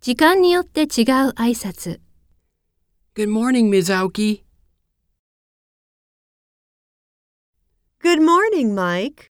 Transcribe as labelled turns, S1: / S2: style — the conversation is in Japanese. S1: 時間によって違う挨拶。
S2: Good morning, Ms. Aoki.
S3: Good morning, Mike.